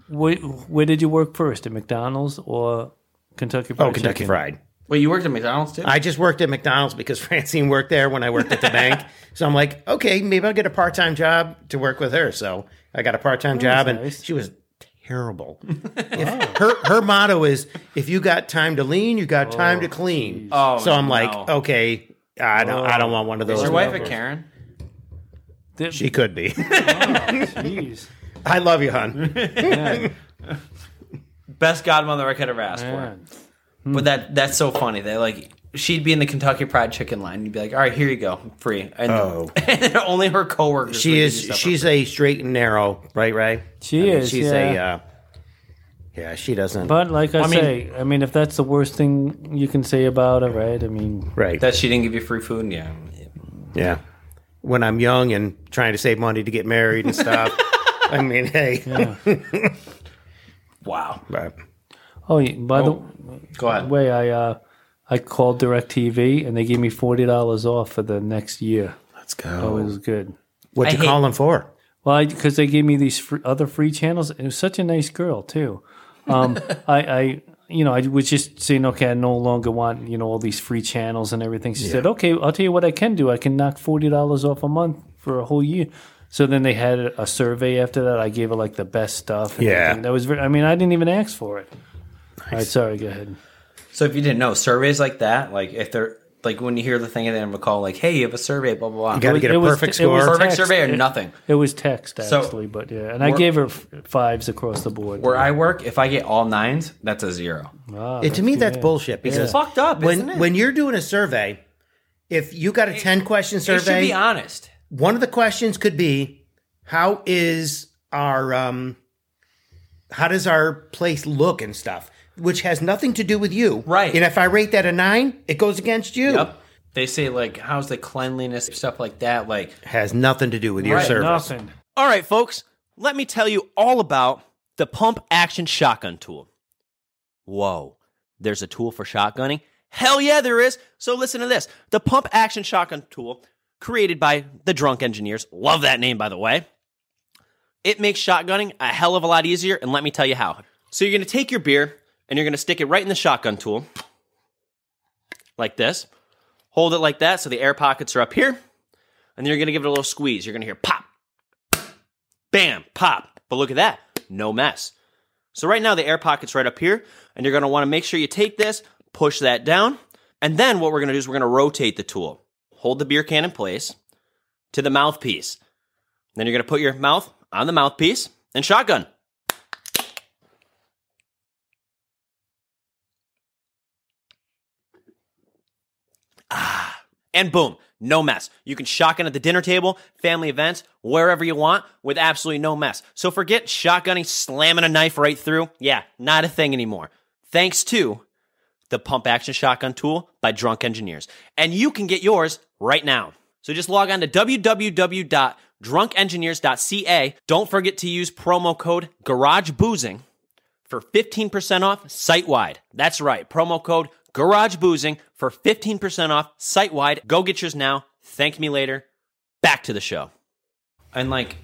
Speaker 1: where, where did you work first? At McDonald's or Kentucky Fried
Speaker 3: oh, Kentucky
Speaker 1: Chicken?
Speaker 3: Fried.
Speaker 2: Well, you worked at McDonald's too.
Speaker 3: I just worked at McDonald's because Francine worked there when I worked at the bank. So I'm like, okay, maybe I'll get a part time job to work with her. So I got a part time job, and
Speaker 1: Oh, nice. Oh.
Speaker 3: she was terrible. If- her her motto is, if you got time to lean, you
Speaker 1: Oh,
Speaker 3: got time to clean.
Speaker 2: Oh,
Speaker 3: so I'm
Speaker 2: no.
Speaker 3: like, okay, I don't, I don't want one of those.
Speaker 2: Is your wife a
Speaker 3: numbers.
Speaker 2: Karen?
Speaker 1: Did-
Speaker 3: She could be.
Speaker 1: Jeez.
Speaker 3: I love you, hon.
Speaker 2: Best godmother I could have asked
Speaker 1: Man.
Speaker 2: for. But that that's so funny. They like she'd be in the Kentucky Fried Chicken line. and You'd be like, "All right, here you go, free." And,
Speaker 3: Oh.
Speaker 2: and then only her coworkers. would
Speaker 3: She
Speaker 2: give
Speaker 3: is.
Speaker 2: you stuff.
Speaker 3: She's a straight and narrow, right? Right.
Speaker 1: She is,
Speaker 3: She's a.
Speaker 1: yeah.
Speaker 3: Uh, yeah, she doesn't.
Speaker 1: But like I,
Speaker 2: I mean-
Speaker 1: say, I mean, if that's the worst thing you can say about her, right? I mean,
Speaker 3: right.
Speaker 2: that she didn't give you free food. Yeah,
Speaker 3: Yeah. When I'm young and trying to save money to get married and stuff. I mean, hey.
Speaker 2: wow.
Speaker 3: But
Speaker 1: oh, yeah, by
Speaker 2: Go
Speaker 1: the
Speaker 2: ahead.
Speaker 1: way, I uh, I called Directv and they gave me forty dollars off for the next year.
Speaker 3: let's
Speaker 1: It
Speaker 3: go.
Speaker 1: was good.
Speaker 3: What
Speaker 2: Oh, I
Speaker 3: you
Speaker 2: hate-
Speaker 3: calling for?
Speaker 1: Well, because they gave me these fr- other free channels. It was such a nice girl too. Um, I, I, you know, I was just saying, okay, I no longer want you know all these free channels and everything. She said, okay, I'll tell you what I can do. I can knock forty dollars off a month for a whole year. So then they had a a survey after that. I gave her like the best stuff. and
Speaker 3: Yeah.
Speaker 1: everything. that was. Very, I mean, I didn't even ask for it. All right, sorry. Go ahead.
Speaker 2: So if you didn't know, surveys like that, like if they're like when you hear the thing at the end of a call, like, "Hey, you have a survey," blah blah blah.
Speaker 3: You got to
Speaker 1: was-
Speaker 3: get
Speaker 1: it
Speaker 3: a
Speaker 1: was-
Speaker 3: perfect
Speaker 1: it was-
Speaker 3: score.
Speaker 2: Perfect
Speaker 1: text.
Speaker 2: survey or
Speaker 1: It-
Speaker 2: nothing.
Speaker 1: It was text
Speaker 2: So-
Speaker 1: actually, but yeah, and I
Speaker 2: We're-
Speaker 1: gave her f- fives across the board. Ah,
Speaker 2: Where I work, if I get all nines, that's a zero.
Speaker 1: Wow,
Speaker 3: And to me, that's
Speaker 1: yeah.
Speaker 3: bullshit
Speaker 2: It's
Speaker 3: because
Speaker 2: fucked up,
Speaker 3: when
Speaker 2: isn't it?
Speaker 3: when you're doing a survey, if you got a ten question
Speaker 2: You should
Speaker 3: survey,
Speaker 2: be honest.
Speaker 3: one of the questions could be, "How is our um, how does our place look and stuff?" Which has nothing to do with you,
Speaker 2: Right.
Speaker 3: And if I rate that a nine, it goes against you.
Speaker 2: Yep. They say like, "How's the cleanliness?" Stuff like that. Like,
Speaker 3: Has nothing to do with your
Speaker 2: Right,
Speaker 3: service.
Speaker 1: Nothing.
Speaker 5: All right, folks, let me tell you all about the pump action shotgun tool. Whoa, there's a tool for shotgunning? Hell yeah, there is. So listen to this the pump action shotgun tool, created by the Drunk Engineers. Love that name, by the way. It makes shotgunning a hell of a lot easier, and let me tell you how. So you're gonna take your beer and you're gonna stick it right in the shotgun tool, like this. Hold it like that so the air pockets are up here, and then you're gonna give it a little squeeze. You're gonna hear pop bam, pop. But look at that, no mess. So right now the air pocket's right up here, and you're gonna wanna make sure you take this, push that down, and then what we're gonna do is we're gonna rotate the tool. Hold the beer can in place to the mouthpiece. Then you're gonna put your mouth on the mouthpiece and shotgun. and boom, no mess. You can shotgun at the dinner table, family events, wherever you want with absolutely no mess. So forget shotgunning, slamming a knife right through. Yeah, not a thing anymore. Thanks to the pump action shotgun tool by Drunk Engineers. And you can get yours right now. So just log on to www.drunkengineers.ca. Don't forget to use promo code GarageBoozing for 15% off site wide. That's right, promo code GarageBoozing for 15% off site wide. Go get yours now. Thank me later. Back to the show.
Speaker 2: and like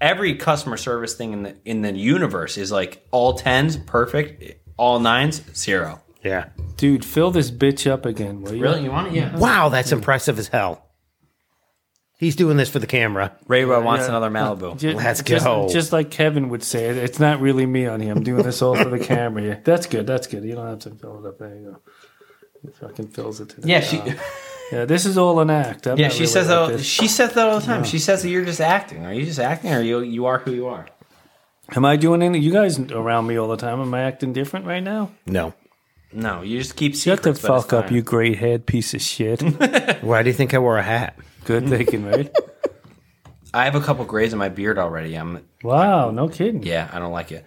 Speaker 2: every customer service thing in the in the universe is like all tens perfect, all nines zero.
Speaker 3: Yeah.
Speaker 1: Dude, fill this bitch up again, will you?
Speaker 2: Really, you want it? Yeah.
Speaker 3: Wow, that's impressive as hell. He's doing this for the camera.
Speaker 2: Raybo wants another Malibu.
Speaker 1: Ju-
Speaker 3: Let's
Speaker 1: just,
Speaker 3: go.
Speaker 1: Just like Kevin would say, it, it's not really me on here. I'm doing this all for the camera. Yeah, that's good. That's good. You don't have to fill it up. There you go. It fucking fills it to the
Speaker 2: yeah, she
Speaker 1: top. yeah. This is all an act. I'm
Speaker 2: yeah
Speaker 1: not
Speaker 2: she
Speaker 1: really
Speaker 2: says
Speaker 1: like
Speaker 2: that.
Speaker 1: this.
Speaker 2: She says that all the time. She says that you're just acting. Are you just acting, or you you are who you are?
Speaker 1: Am I doing any? You guys around me all the time. Am I acting different right now?
Speaker 3: No.
Speaker 2: No, you just keep
Speaker 1: Shut
Speaker 2: secrets.
Speaker 1: the
Speaker 2: but it's
Speaker 1: fuck up,
Speaker 2: fine.
Speaker 1: you great head piece of shit.
Speaker 3: Why do you think I wore a hat?
Speaker 1: good thinking, right?
Speaker 2: I have a couple grays in my beard already. I'm
Speaker 1: Wow, no kidding.
Speaker 2: Yeah, I don't like it.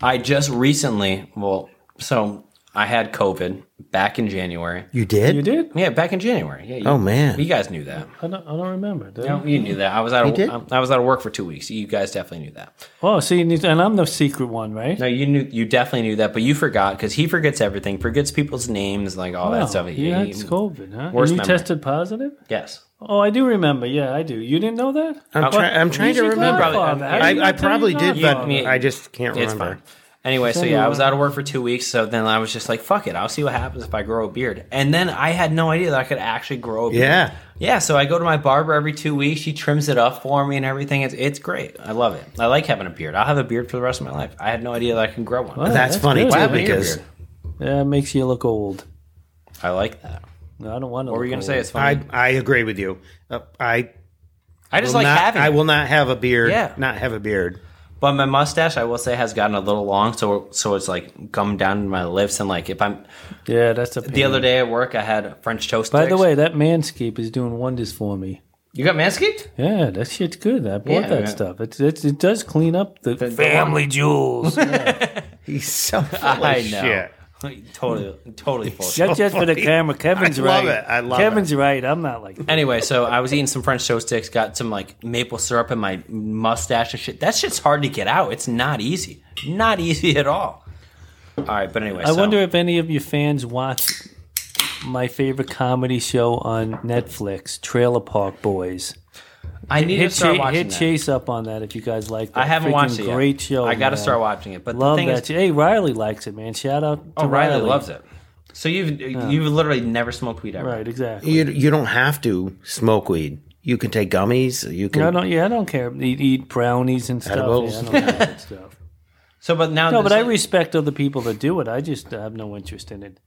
Speaker 2: I just recently, well, so I had COVID back in January.
Speaker 3: You did?
Speaker 1: You did?
Speaker 2: Yeah, back in January. Yeah. You,
Speaker 3: Oh, man.
Speaker 2: you guys knew that.
Speaker 1: I don't, I don't remember. did I?
Speaker 2: No, you knew that. I was out.
Speaker 3: did?
Speaker 2: Of, I was out of work for two weeks. You guys definitely knew that.
Speaker 1: Oh, so you need, and I'm the secret one, right?
Speaker 2: No, you knew. You definitely knew that, but you forgot because he forgets everything. Forgets people's names, like all
Speaker 1: Wow,
Speaker 2: that stuff.
Speaker 1: you
Speaker 2: He-
Speaker 1: had
Speaker 2: he-
Speaker 1: COVID, huh?
Speaker 2: Worst
Speaker 1: and you
Speaker 2: memory.
Speaker 1: tested positive?
Speaker 2: Yes.
Speaker 1: Oh, I do remember. Yeah, I do. You didn't know that?
Speaker 3: I'm, try- I'm trying to
Speaker 1: should
Speaker 3: remember.
Speaker 1: clarify that. How do you
Speaker 3: I, I
Speaker 1: not tell
Speaker 3: probably
Speaker 1: your
Speaker 3: did, but
Speaker 1: grandfather?
Speaker 2: You-
Speaker 3: I just can't
Speaker 2: It's
Speaker 3: remember.
Speaker 2: fine. Anyway, so
Speaker 1: Send
Speaker 2: yeah,
Speaker 1: me
Speaker 2: I was
Speaker 1: one.
Speaker 2: out of work for two weeks. So then I was just like, "Fuck it, I'll see what happens if I grow a beard." And then I had no idea that I could actually grow a beard.
Speaker 3: Yeah.
Speaker 2: yeah. So I go to my barber every two weeks. She trims it up for me and everything. It's it's great. I love it. I like having a beard. I'll have a beard for the rest of my life. I had no idea that I can grow one.
Speaker 1: Wow,
Speaker 3: Oh, That's, funny
Speaker 1: good.
Speaker 3: too
Speaker 2: happened to your
Speaker 3: because
Speaker 2: beard?
Speaker 1: Yeah, it makes you look old.
Speaker 2: I like that.
Speaker 1: No, I don't want to.
Speaker 2: What were you gonna say? It's funny.
Speaker 3: I, I agree with you. Uh, I
Speaker 2: I, just like
Speaker 3: not,
Speaker 2: having.
Speaker 3: I
Speaker 2: it.
Speaker 3: will not have a beard.
Speaker 2: Yeah.
Speaker 3: Not have a beard.
Speaker 2: But my mustache, I will say, has gotten a little long, so so it's like gummed down to my lips, and like if I'm
Speaker 1: Yeah, that's a. Pain.
Speaker 2: the other day at work, I had French toast.
Speaker 1: By the
Speaker 2: sticks.
Speaker 1: way, that manscape is doing wonders for me.
Speaker 2: you got manscaped.
Speaker 1: Yeah, that shit's good. I bought
Speaker 2: Yeah,
Speaker 1: that
Speaker 2: yeah.
Speaker 1: stuff. It, it it does clean up the, family jewels.
Speaker 3: He's so full
Speaker 2: I
Speaker 3: of
Speaker 2: know.
Speaker 3: shit.
Speaker 2: totally, totally full. of shit.
Speaker 1: That's just for the camera. Kevin's
Speaker 3: I
Speaker 1: right.
Speaker 3: love it. I love
Speaker 1: Kevin's right. I'm not like that.
Speaker 2: Anyway, so I was eating some French toast sticks, got some like maple syrup in my mustache and shit. That shit's hard to get out. It's not easy. Not easy at all. All right, but anyway,
Speaker 1: I wonder if any of your fans watch my favorite comedy show on Netflix, Trailer Park Boys.
Speaker 2: I need
Speaker 1: Hit,
Speaker 2: to start
Speaker 1: Cha-
Speaker 2: watching
Speaker 1: hit
Speaker 2: that.
Speaker 1: Chase up on that if you guys like that.
Speaker 2: I haven't
Speaker 1: Freaking
Speaker 2: watched it yet.
Speaker 1: Great show.
Speaker 2: I got to
Speaker 1: man.
Speaker 2: start watching it. But
Speaker 1: Love
Speaker 2: the thing
Speaker 1: that.
Speaker 2: is,
Speaker 1: show. hey, Riley likes it, man. Shout out to
Speaker 2: oh, Riley
Speaker 1: Riley.
Speaker 2: loves it. So you've you've literally never smoked weed ever.
Speaker 1: Right, exactly.
Speaker 3: You, you don't have to smoke weed. You can take gummies. You can.
Speaker 1: I don't. Yeah, I don't care. Eat, eat brownies and stuff. Yeah, I
Speaker 3: Edibles.
Speaker 1: don't care that stuff.
Speaker 2: So, but now
Speaker 1: No, but
Speaker 2: this-
Speaker 1: I respect other people that do it. I just have no interest in it.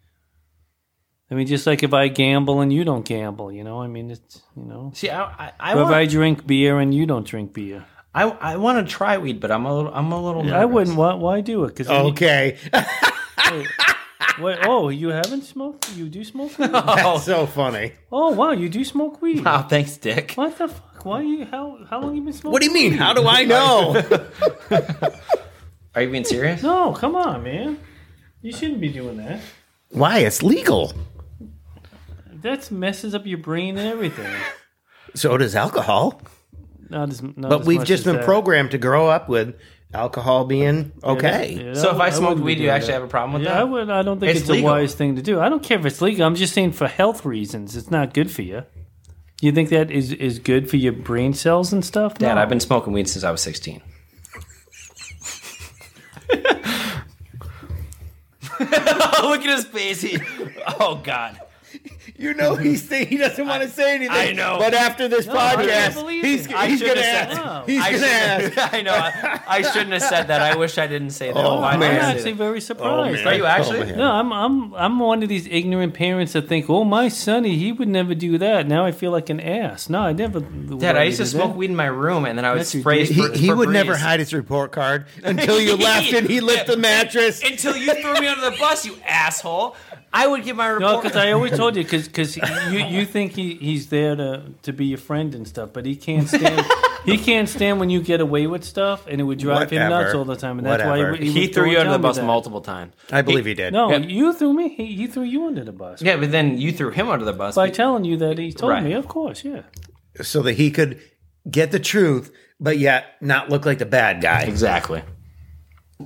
Speaker 1: I mean, just like if I gamble and you don't gamble, you know. I mean, it's you know.
Speaker 2: see. I I, I
Speaker 1: Or if
Speaker 2: want
Speaker 1: I drink beer and you don't drink beer,
Speaker 2: I, I want to try weed, but I'm a little I'm a little. Nervous.
Speaker 1: I wouldn't. Why, why do it? Because
Speaker 3: Okay.
Speaker 1: oh, you haven't smoked. You do smoke. Weed?
Speaker 3: That's so funny.
Speaker 1: oh wow, you do smoke weed.
Speaker 2: Oh, thanks, Dick.
Speaker 1: What the fuck? Why you? How how long you been smoking?
Speaker 3: What do you mean? How do I know?
Speaker 2: Are you being serious?
Speaker 1: No, come on, man. You shouldn't be doing that.
Speaker 3: Why? It's legal.
Speaker 1: That messes up your brain and everything.
Speaker 3: So does alcohol.
Speaker 1: Not as, not
Speaker 3: But
Speaker 1: as
Speaker 3: we've
Speaker 1: much as
Speaker 3: just been
Speaker 1: that.
Speaker 3: programmed to grow up with alcohol being okay.
Speaker 1: Yeah,
Speaker 2: So if I
Speaker 1: wouldn't
Speaker 2: smoked
Speaker 1: be
Speaker 2: weed, you
Speaker 1: doing
Speaker 2: actually
Speaker 1: that.
Speaker 2: have a problem with
Speaker 1: Yeah,
Speaker 2: that?
Speaker 1: I would. I don't think
Speaker 2: It's
Speaker 1: it's, a
Speaker 2: legal.
Speaker 1: wise thing to do. I don't care if it's legal. I'm just saying for health reasons, it's not good for you. You think that is is good for your brain cells and stuff?
Speaker 2: Dad,
Speaker 1: No.
Speaker 2: I've been smoking weed since I was 16. Look at his face. He- oh, God.
Speaker 3: You know
Speaker 1: Mm-hmm.
Speaker 3: he's he doesn't want to say anything.
Speaker 2: I know.
Speaker 3: But after this
Speaker 1: I can't
Speaker 3: podcast,
Speaker 1: believe
Speaker 3: he's,
Speaker 1: it. I
Speaker 3: he's
Speaker 2: shouldn't
Speaker 3: gonna
Speaker 2: have
Speaker 1: said
Speaker 3: ask.
Speaker 1: that.
Speaker 3: He's
Speaker 2: I,
Speaker 3: gonna ask.
Speaker 2: shouldn't- I know. I, I shouldn't have said that. I wish I didn't say that.
Speaker 3: Oh,
Speaker 2: Why did I
Speaker 1: I'm
Speaker 3: man.
Speaker 2: say
Speaker 1: actually
Speaker 2: that?
Speaker 1: very surprised.
Speaker 2: Are you actually?
Speaker 3: Oh, man.
Speaker 1: No, I'm I'm I'm one of these ignorant parents that think, oh, my sonny, he would never do that. Now I feel like an ass. No, I never.
Speaker 2: Dad, I used to smoke weed in my room, and then I would
Speaker 1: Yes, you
Speaker 2: spray.
Speaker 1: did.
Speaker 3: He,
Speaker 2: Fe-
Speaker 3: he would
Speaker 2: Febreze.
Speaker 3: never hide his report card until you left and he left the mattress.
Speaker 2: until you threw me under the bus, you asshole. I would give my
Speaker 1: No,
Speaker 2: report.
Speaker 1: because I always told you, because you, you think he, he's there to, to be your friend and stuff, but he can't stand he can't stand when you get away with stuff, and it would drive him nuts
Speaker 3: Whatever.
Speaker 1: all the time, and that's
Speaker 3: Whatever.
Speaker 1: why he,
Speaker 2: he
Speaker 1: would
Speaker 2: threw
Speaker 1: go
Speaker 2: you
Speaker 1: and
Speaker 2: under the
Speaker 1: tell me
Speaker 2: bus
Speaker 1: that.
Speaker 2: multiple times.
Speaker 3: I believe he did.
Speaker 1: No,
Speaker 2: Yeah.
Speaker 1: you threw me. He, he threw you under the bus
Speaker 2: Yeah, but then you threw him under the bus.
Speaker 1: by
Speaker 2: be-
Speaker 1: telling you that he told
Speaker 2: Right.
Speaker 1: me. Of course, yeah.
Speaker 3: So that he could get the truth, but yet not look like the bad guy.
Speaker 2: exactly.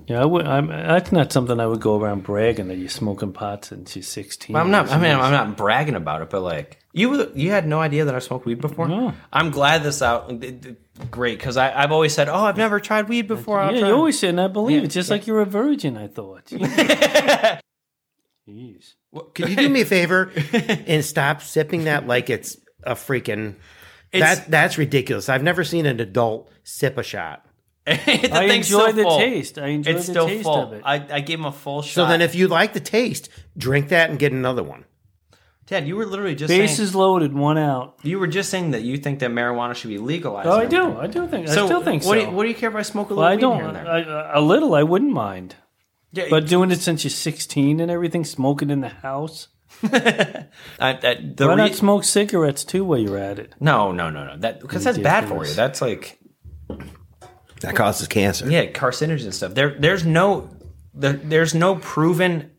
Speaker 1: Yeah, I would, I'm, that's not something I would go around bragging that you're smoking pot since you're 16.
Speaker 2: I'm not. I mean, I'm not bragging about it, but like you, you had no idea that I smoked weed before.
Speaker 1: No.
Speaker 2: I'm glad this out. th- th- Great, because I've always said, "Oh, I've never tried weed before." I'll
Speaker 1: Yeah,
Speaker 2: try
Speaker 1: you
Speaker 2: it."
Speaker 1: always said, and I believe it, just like you're a virgin, I thought. Jeez.
Speaker 3: Could you do me a favor and stop sipping that like it's a freaking.
Speaker 2: It's-
Speaker 3: that that's ridiculous. I've never seen an adult sip a shot.
Speaker 2: the
Speaker 1: I
Speaker 2: thing's
Speaker 1: enjoy
Speaker 2: so
Speaker 1: the
Speaker 2: full.
Speaker 1: taste. I enjoy
Speaker 2: It's
Speaker 1: the
Speaker 2: still
Speaker 1: taste
Speaker 2: full.
Speaker 1: of it.
Speaker 2: I, I gave him a full shot.
Speaker 3: So then, if you like the taste, drink that and get another one.
Speaker 2: Ted, you were literally just
Speaker 1: Base
Speaker 2: saying,
Speaker 1: is loaded, one out.
Speaker 2: you were just saying that you think that marijuana should be legalized.
Speaker 1: Oh, I
Speaker 2: and
Speaker 1: do.
Speaker 2: everything.
Speaker 1: I do think.
Speaker 2: So
Speaker 1: I still think
Speaker 2: what
Speaker 1: so.
Speaker 2: Do you, what do you care if I smoke a little
Speaker 1: well, I
Speaker 2: weed
Speaker 1: don't.
Speaker 2: here and there?
Speaker 1: I, I- a little, I wouldn't mind.
Speaker 2: yeah,
Speaker 1: But doing it since you're 16 and everything, smoking in the house.
Speaker 2: I, I- the re-
Speaker 1: Why not smoke cigarettes too while you're at it?
Speaker 2: no, no, no, no. That because that's bad for
Speaker 1: Ridiculous.
Speaker 2: you. That's like
Speaker 3: That causes cancer.
Speaker 2: yeah, carcinogens and stuff. There, there's no, there, there's no proven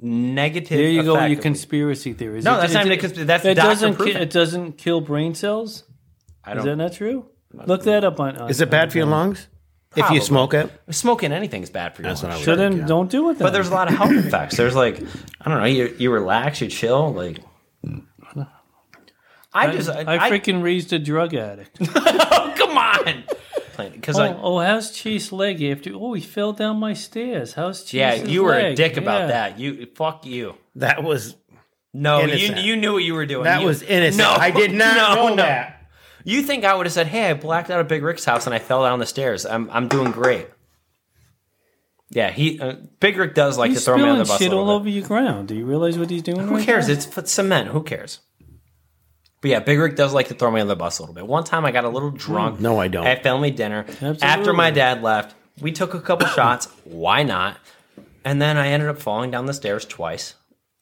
Speaker 2: negative.
Speaker 1: There you go,
Speaker 2: effect
Speaker 1: your
Speaker 2: of-
Speaker 1: conspiracy theories.
Speaker 2: No, that's not
Speaker 1: it-
Speaker 2: even a consp- that's
Speaker 1: it
Speaker 2: doctor
Speaker 1: doesn't. Ki-
Speaker 2: proven.
Speaker 1: it doesn't kill brain cells.
Speaker 2: I
Speaker 1: Is
Speaker 2: don't
Speaker 1: that not true? Look that up on. on
Speaker 3: Is it bad for your lungs if
Speaker 2: Probably.
Speaker 3: you smoke it?
Speaker 2: smoking anything is bad for you.
Speaker 3: what I
Speaker 1: So then, don't do it. Then.
Speaker 2: But there's a lot of health effects. There's like, I don't know, you, you relax, you chill, like. I just, I,
Speaker 1: I freaking raised a drug addict.
Speaker 2: oh, come on, because
Speaker 1: Oh, oh, how's Chase leg after? Oh, he fell down my stairs. How's Chase?
Speaker 2: yeah, you were a dick about that. You fuck you.
Speaker 3: That was
Speaker 2: No, you,
Speaker 3: Innocent.
Speaker 2: you knew what you were doing.
Speaker 3: that
Speaker 2: You-
Speaker 3: was innocent.
Speaker 2: No,
Speaker 3: I did not
Speaker 2: no,
Speaker 3: know
Speaker 2: no.
Speaker 3: that.
Speaker 2: You think I would have said, "Hey, I blacked out at Big Rick's house and I fell down the stairs. I'm I'm doing great." Yeah, he uh, Big Rick does like
Speaker 1: He's
Speaker 2: to throw me on
Speaker 1: spilling
Speaker 2: the bus. a
Speaker 1: shit all
Speaker 2: little
Speaker 1: over
Speaker 2: bit.
Speaker 1: your ground. Do you realize what he's doing?
Speaker 2: Who
Speaker 1: right
Speaker 2: cares?
Speaker 1: now?
Speaker 2: It's f- cement. Who cares? But yeah, Big Rick does like to throw me on the bus a little bit. One time I got a
Speaker 1: Mm,
Speaker 2: little drunk.
Speaker 3: No, I don't.
Speaker 2: At family dinner. After my dad left, we took a couple shots. Why not? And then I ended up falling down the stairs twice.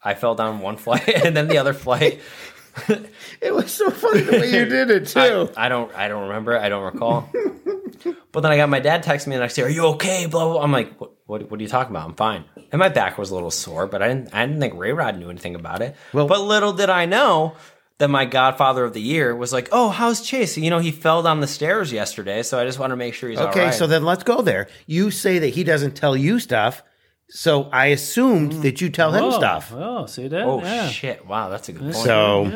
Speaker 2: I fell down one flight and then the other flight.
Speaker 3: It was so funny the way you did it too.
Speaker 2: I don't I don't remember. I don't recall. but then I got my dad text me and I say, "Are you okay?" Blah blah. blah. I'm like, what, "What? What are you talking about? I'm fine." And my back was a little sore, but I didn't I didn't think Rayrod knew anything about it. but little did I know that my Godfather of the Year was like, "Oh, how's Chase? You know, he fell down the stairs yesterday, so I just want to make sure he's
Speaker 3: okay,
Speaker 2: all right."
Speaker 3: so then let's go there. You say that he doesn't tell you stuff, so I assumed
Speaker 2: Mm.
Speaker 3: that you tell him
Speaker 1: Oh,
Speaker 3: stuff.
Speaker 1: Oh, see that?
Speaker 2: oh
Speaker 1: yeah.
Speaker 2: shit! Wow, that's a good point.
Speaker 3: So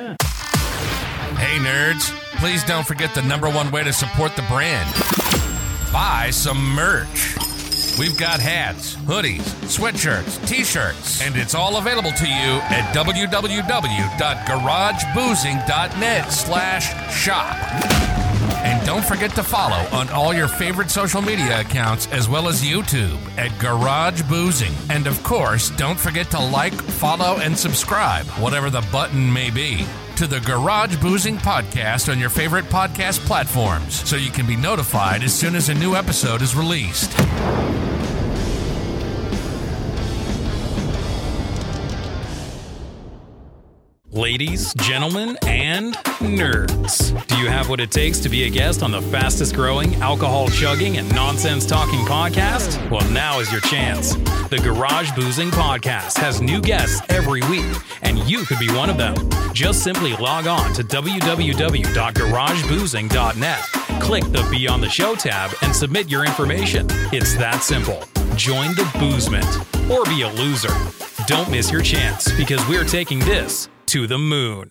Speaker 6: Hey, nerds, please don't forget the number one way to support the brand buy some merch. We've got hats, hoodies, sweatshirts, t shirts, and it's all available to you at www.garageboozing.net slash shop. And don't forget to follow on all your favorite social media accounts as well as YouTube at Garage Boozing. And of course, don't forget to like, follow, and subscribe, whatever the button may be, to the Garage Boozing podcast on your favorite podcast platforms so you can be notified as soon as a new episode is released.
Speaker 7: Ladies, gentlemen, and nerds. Do you have what it takes to be a guest on the fastest growing, alcohol chugging, and nonsense talking podcast? Well, now is your chance. The Garage Boozing Podcast has new guests every week, and you could be one of them. Just simply log on to www.garageboozing.net, click the Be on the Show tab, and submit your information. It's that simple. Join the boozement or be a loser. Don't miss your chance because we're taking this to the moon.